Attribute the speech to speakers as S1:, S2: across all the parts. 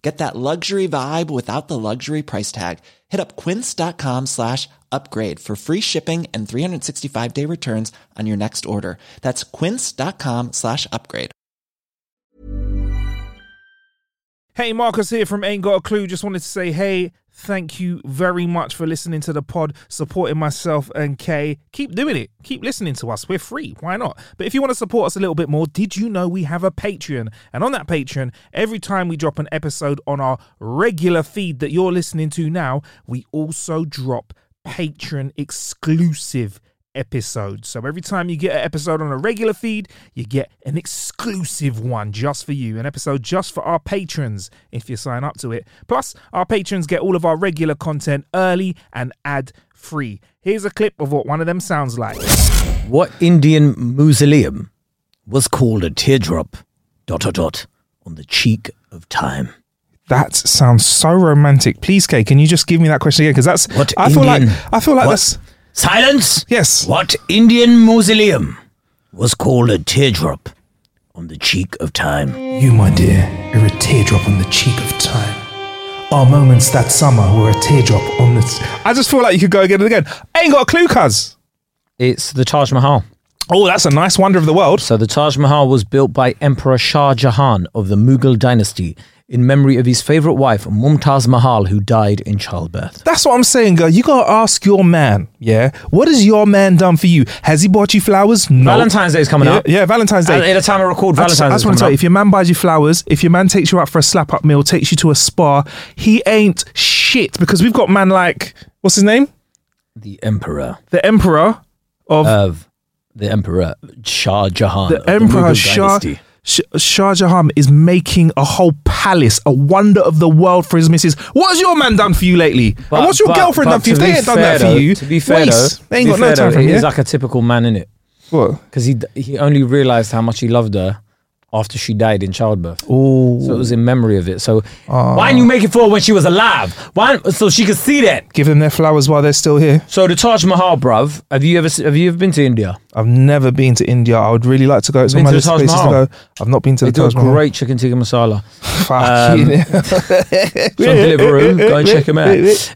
S1: Get that luxury vibe without the luxury price tag. Hit up quince.com slash upgrade for free shipping and 365-day returns on your next order. That's quince.com slash upgrade.
S2: Hey, Marcus here from Ain't Got a Clue. Just wanted to say, hey, thank you very much for listening to the pod, supporting myself and Kay. Keep doing it. Keep listening to us. We're free. Why not? But if you want to support us a little bit more, did you know we have a Patreon? And on that Patreon, every time we drop an episode on our regular feed that you're listening to now, we also drop patron exclusive episode. So every time you get an episode on a regular feed, you get an exclusive one just for you, an episode just for our patrons if you sign up to it. Plus, our patrons get all of our regular content early and ad free. Here's a clip of what one of them sounds like.
S3: What Indian mausoleum was called a teardrop, dot dot dot, on the cheek of time?
S2: That sounds so romantic. Please, Kay, can you just give me that question again? Because that's
S3: What
S2: I feel
S3: Indian?
S2: like I feel like
S3: what-
S2: that's
S3: Silence.
S2: Yes.
S3: What Indian mausoleum was called a teardrop on the cheek of time?
S4: You, my dear, are a teardrop on the cheek of time. Our moments that summer were a teardrop on the.
S2: I just feel like you could go again and again. Ain't got a clue, cuz.
S5: It's the Taj Mahal.
S2: Oh, that's a nice wonder of the world.
S5: So the Taj Mahal was built by Emperor Shah Jahan of the Mughal dynasty in memory of his favorite wife Mumtaz Mahal who died in childbirth.
S2: That's what I'm saying, girl. You gotta ask your man, yeah? What has your man done for you? Has he bought you flowers? No.
S5: Valentine's Day is coming
S2: yeah,
S5: up.
S2: Yeah, Valentine's
S5: At, at
S2: Day.
S5: the time I record
S2: I just,
S5: Valentine's
S2: I
S5: Day
S2: just
S5: is
S2: want
S5: coming
S2: to tell you,
S5: up.
S2: if your man buys you flowers, if your man takes you out for a slap up meal, takes you to a spa, he ain't shit because we've got man like, what's his name?
S5: the emperor
S2: The Emperor of
S5: of the emperor Shah Jahan
S2: the
S5: of
S2: Emperor
S5: Mughal
S2: Shah,
S5: dynasty.
S2: Sh- Shah Jahan is making a whole palace, a wonder of the world for his missus. What has your man done for you lately?
S5: But-
S2: and what's your
S5: but-
S2: girlfriend
S5: but
S2: done for you? If
S5: to
S2: they
S5: be
S2: ain't done
S5: fair
S2: that for
S5: though-
S2: you,
S5: To be fair, though,
S2: waste. they ain't
S5: to
S2: got
S5: be
S2: no
S5: fair
S2: time
S5: though,
S2: for you.
S5: He's
S2: yeah?
S5: like a typical man in it
S2: What?
S5: because he he only realized how much he loved her after she died in childbirth.
S2: Ooh. Ah.
S5: So it was in memory of it. So why didn't you make it for her when she was alive? Why? didn't- So she could see that.
S2: Give them their flowers while they're still here.
S5: So the Taj Mahal, bruv. Have you ever s- have you ever been to India?
S2: I've never been to India. I would really like to go. It's on
S5: Been
S2: my
S5: to the
S2: list of
S5: Taj
S2: places to
S5: Mahal?
S2: go. I've not been to
S5: They
S2: the
S5: do a
S2: Taj Mahal.
S5: great chicken tikka masala.
S2: Fuck.
S5: um,
S2: yeah.
S5: It's on Deliveroo. Go and check them out.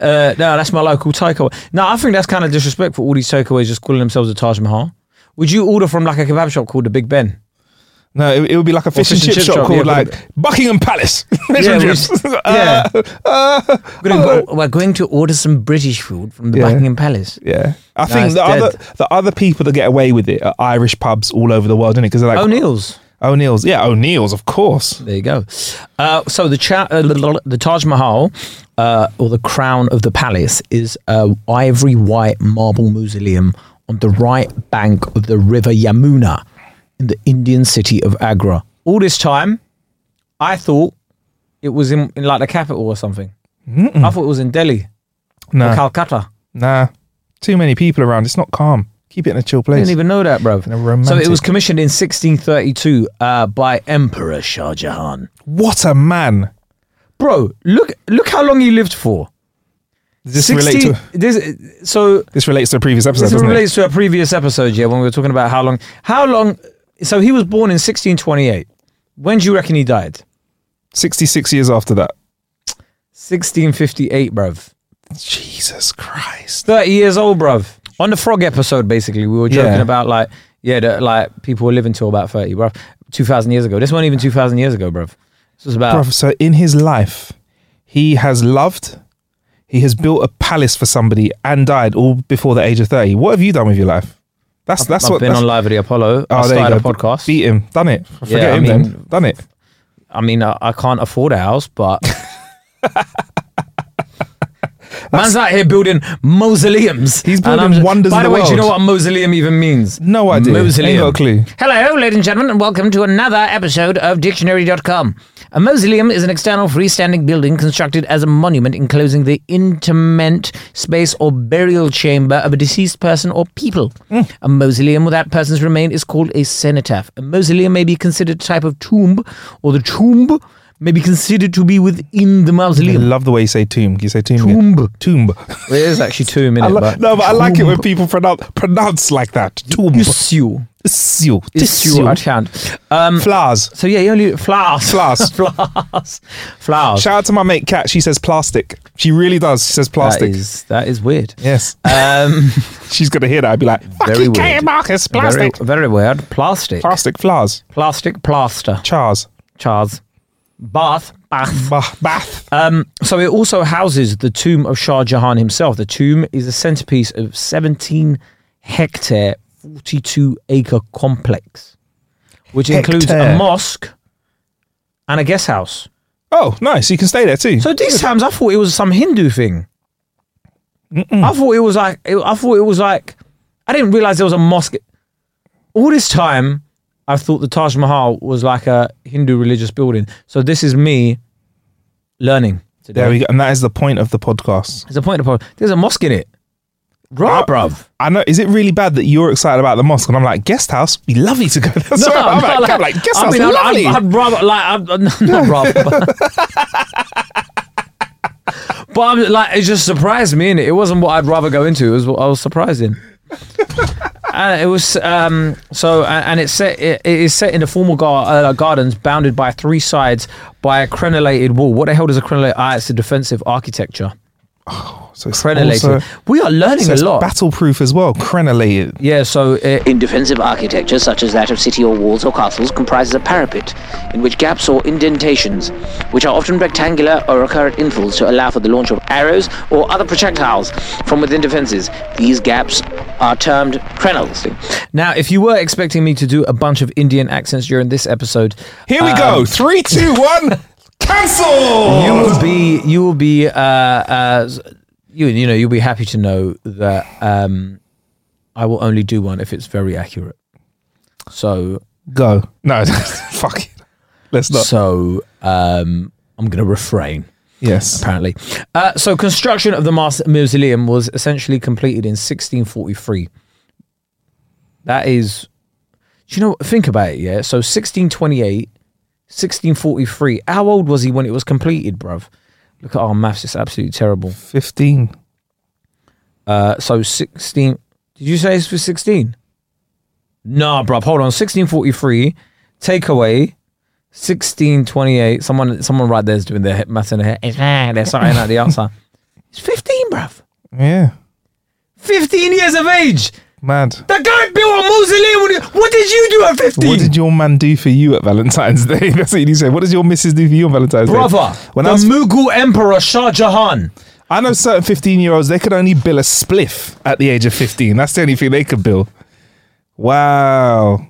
S5: Uh, no, that's my local takeaway. No, I think that's kind of disrespectful. All these takeaways just calling themselves a Taj Mahal. Would you order from like a kebab shop called the Big Ben?
S2: No, it, it would be like a fish, and, chip, shop,
S5: yeah,
S2: called
S5: but-
S2: like Buckingham Palace. Fish
S5: Yeah,
S2: and
S5: we-
S2: chips.
S5: yeah.
S2: Uh, uh,
S5: We're gonna- we're going to order some British food from the
S2: Yeah.
S5: Buckingham Palace.
S2: Yeah, I
S5: No,
S2: think
S5: it's
S2: the
S5: dead.
S2: other the other people that get away with it are Irish pubs all over the world, isn't it? Because they're like
S5: O'Neill's.
S2: O'Neill's, yeah, O'Neill's, of course.
S5: There you go. Uh, so the, cha- uh, the the Taj Mahal, uh, or the crown of the palace, is a ivory white marble mausoleum on the right bank of the river Yamuna in the Indian city of Agra. All this time, I thought it was in, in like the capital or something. I thought it was in Delhi or
S2: Nah,
S5: Calcutta.
S2: nah, too many people around. It's not calm. Keep it in a chill
S5: I
S2: place.
S5: didn't even know that, bro.
S2: a romantic-
S5: So it was commissioned in 1632 uh, by Emperor Shah Jahan.
S2: what a man!
S5: Bro, look look how long he lived for.
S2: Does this
S5: 16
S2: relate to
S5: this, so
S2: this relates to a previous episode,
S5: this
S2: doesn't
S5: relates to a previous episode, yeah, when we were talking about how long, how long. So he was born in 1628. When do you reckon he died?
S2: it? Sixty-six years after that.
S5: 1658, bruv.
S2: Jesus Christ!
S5: 30 years old, bruv. On the frog episode, basically, we were joking
S2: Yeah.
S5: about like, yeah, that like people were living till about 30, bruv. 2,000 years ago. This wasn't even 2,000 years ago, bruv. This was about.
S2: Bruv, so in his life, he has loved, he has built a palace for somebody and died all before the age of thirty. What have you done with your life? That's that's
S5: I've
S2: what.
S5: been
S2: that's,
S5: on live at the Apollo.
S2: Oh,
S5: I
S2: there you
S5: started a
S2: go.
S5: podcast.
S2: Beat him. Done it. Forget
S5: I
S2: him then.
S5: mean-
S2: Done it.
S5: I mean, I, I can't afford a house, but man's out here building mausoleums.
S2: He's
S5: And
S2: building
S5: I'm just-
S2: wonders
S5: By
S2: of
S5: the,
S2: the
S5: way, do you
S2: world.
S5: know what a mausoleum even means?
S2: No idea. Ain't
S5: Mausoleum.
S2: got a clue.
S5: Hello, ladies and gentlemen, and welcome to another episode of Dictionary.com. A mausoleum is an external freestanding building constructed as a monument enclosing the interment space or burial chamber of a deceased person or people. A mausoleum where that person's remain is called a cenotaph. A mausoleum may be considered a type of tomb, or the tomb may be considered to be within the
S2: I
S5: mausoleum.
S2: love the way you say tomb. Can you say tomb? again?
S5: Tomb.
S2: Tomb.
S5: It is actually tomb,
S2: I
S5: minutes.
S2: lo- no, but I like it when people pronounce pronounce like that. Tomb.
S5: Issue.
S2: Tissue.
S5: Issue. I can't. Um,
S2: Flowers.
S5: so yeah, you only flowers.
S2: Flowers.
S5: flowers, flowers.
S2: Shout out to my mate Kat. She says plastic. She really does. She says
S5: That
S2: plastic.
S5: is that is weird.
S2: Yes.
S5: Um,
S2: She's gonna hear that. I'd be like,
S5: Very
S2: fucking Kay
S5: weird.
S2: Marcus,
S5: very,
S2: plastic.
S5: very weird. Plastic,
S2: Plastic flowers.
S5: plastic, plaster,
S2: Chars.
S5: Charles, bath, bath.
S2: Bah, bath.
S5: Um, so it also houses the tomb of Shah Jahan himself. The tomb is a centerpiece of 17 hectare, 42 acre complex, which includes a
S2: Hectare.
S5: mosque and a guest house.
S2: Oh, nice. You can stay there too.
S5: So these times, I thought it was some Hindu thing. I thought it was like it- I thought it was like I didn't realize there was a mosque. All this time, I thought the Taj Mahal was like a Hindu religious building. So this is me learning today.
S2: there we go. And that is the point of the podcast.
S5: There's a point of there's a mosque in it. Right,
S2: Uh,
S5: bruv.
S2: I know. Is it really bad that you're excited about the mosque? And I'm like, guest house, be lovely to go. there. So I'm, like,
S5: I'm not
S2: I'm like, guest house,
S5: I'd-
S2: lovely.
S5: I'd, I'd rather like I'm I'm not, not rather, but, but I'm like it just surprised me, and it wasn't what I'd rather go into. It was what I was surprised in. and it was um so a- and it's set it, it is set in the formal gar- uh, gardens bounded by three sides by a crenellated wall. What the hell does a crenellate? Ah, it's a defensive architecture.
S2: so it's
S5: Crenellated.
S2: also-
S5: we are learning
S2: so it's
S5: a lot.
S2: battle proof as well. Crenellated.
S5: yeah, so uh,
S6: In defensive architecture, such as that of city or walls or castles, comprises a parapet, in which gaps or indentations, which are often rectangular or occur at intervals to allow for the launch of arrows or other projectiles from within defenses. These gaps are termed crenels.
S5: Now, if you were expecting me to do a bunch of Indian accents during this episode,
S2: Here we go. Three, two, one. Cancel.
S5: Um, you will be you will be uh, uh, you you know you'll be happy to know that um, I will only do one if it's very accurate. So
S2: go. No, fuck it. Let's not.
S5: so um, I'm going to refrain.
S2: yes.
S5: apparently. Uh, so construction of the Mars Mausoleum was essentially completed in 1643. That is, do you know, think about it, yeah? So 1628, 1643. How old was he when it was completed, bruv? Look at our maths, it's absolutely terrible.
S2: 15.
S5: Uh, so 16, did you say it's for 16? Nah, bruv, hold on. 1643, take away. 1628. Someone, someone right there is doing their he- maths in their head. It's ah, they're sorting out the answer. It's 15, bruv.
S2: Yeah.
S5: 15 years of age.
S2: Mad.
S5: That guy built a mausoleum. When he, what did you do at 15?
S2: What did your man do for you at Valentine's Day? That's what you need to say. What does your missus do for you on Valentine's Day?
S5: Brother,
S2: When
S5: the
S2: I, was,
S5: Mughal Emperor Shah Jahan.
S2: I know certain 15 year olds, they could only bill a spliff at the age of 15. That's the only thing they could bill. Wow.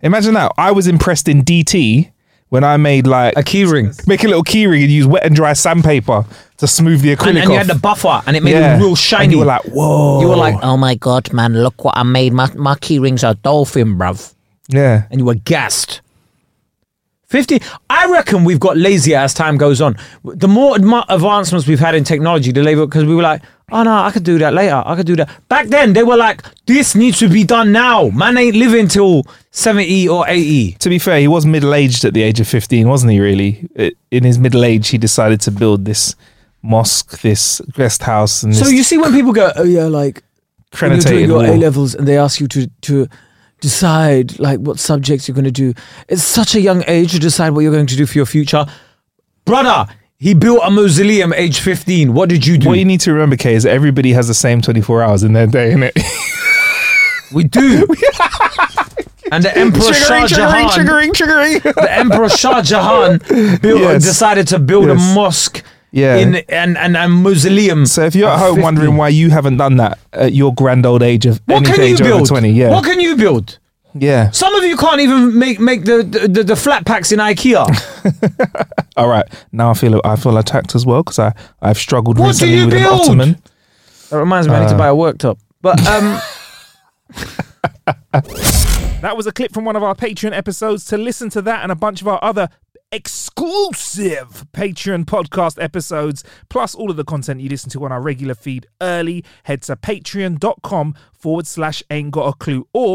S2: Imagine that. I was impressed in DT when I made like.
S5: A key ring.
S2: Make a little keyring and use wet and dry sandpaper to smooth the acrylic
S5: And, and
S2: off.
S5: you had the buffer, and it made
S2: Yeah.
S5: it real
S2: And
S5: shiny.
S2: you were like, whoa.
S5: You were like, oh my god, man, look what I made. My, my key rings are dolphin, bruv.
S2: yeah.
S5: And you were gassed. 50. I reckon we've got lazier as time goes on. The more adma- advancements we've had in technology, the labor, because we were like, oh no, I could do that later. I could do that. Back then, they were like, this needs to be done now. Man ain't living till 70 or 80.
S2: to be fair, he was middle aged at the age of 15, wasn't he, really? I- In his middle age, he decided to build this mosque, this guest house, and
S5: So
S2: this
S5: you see when people go, oh yeah, like, when you're doing
S2: crenellated
S5: your A
S2: wall.
S5: levels and they ask you to to decide like what subjects you're going to do. It's such a young age to decide what you're going to do for your future. Brother, he built a mausoleum age 15. What did you do?
S2: What you need to remember, Kay, is everybody has the same 24 hours in their day, innit?
S5: we do. and the Emperor Shah Jahan,
S2: triggering, triggering.
S5: the Emperor Shah Jahan built,
S2: Yes.
S5: decided to build
S2: Yes.
S5: a mosque
S2: Yeah.
S5: in an, an, a mausoleum.
S2: So if you're at home
S5: 50.
S2: wondering why you haven't done that at your grand old age of
S5: what
S2: any
S5: can you
S2: age over
S5: build?
S2: twenty, yeah,
S5: What can you build?
S2: yeah.
S5: Some of you can't even make make the the, the, the flat packs in IKEA.
S2: All right, now I feel I feel attacked as well because I I've struggled
S5: What do
S2: recently
S5: you
S2: with
S5: build?
S2: an ottoman.
S5: that reminds me, I need
S7: Uh.
S5: to buy a worktop. But um,
S2: That was a clip from one of our Patreon episodes. To listen to that and a bunch of our other exclusive Patreon podcast episodes, plus all of the content you listen to on our regular feed early, head to patreon.com forward slash ain't got a clue or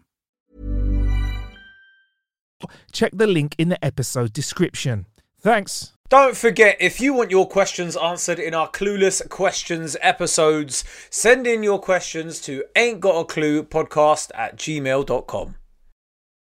S2: check the link in the episode description. Thanks.
S7: Don't forget, if you want your questions answered in our Clueless Questions episodes, send in your questions to ain't got a clue podcast at gmail.com.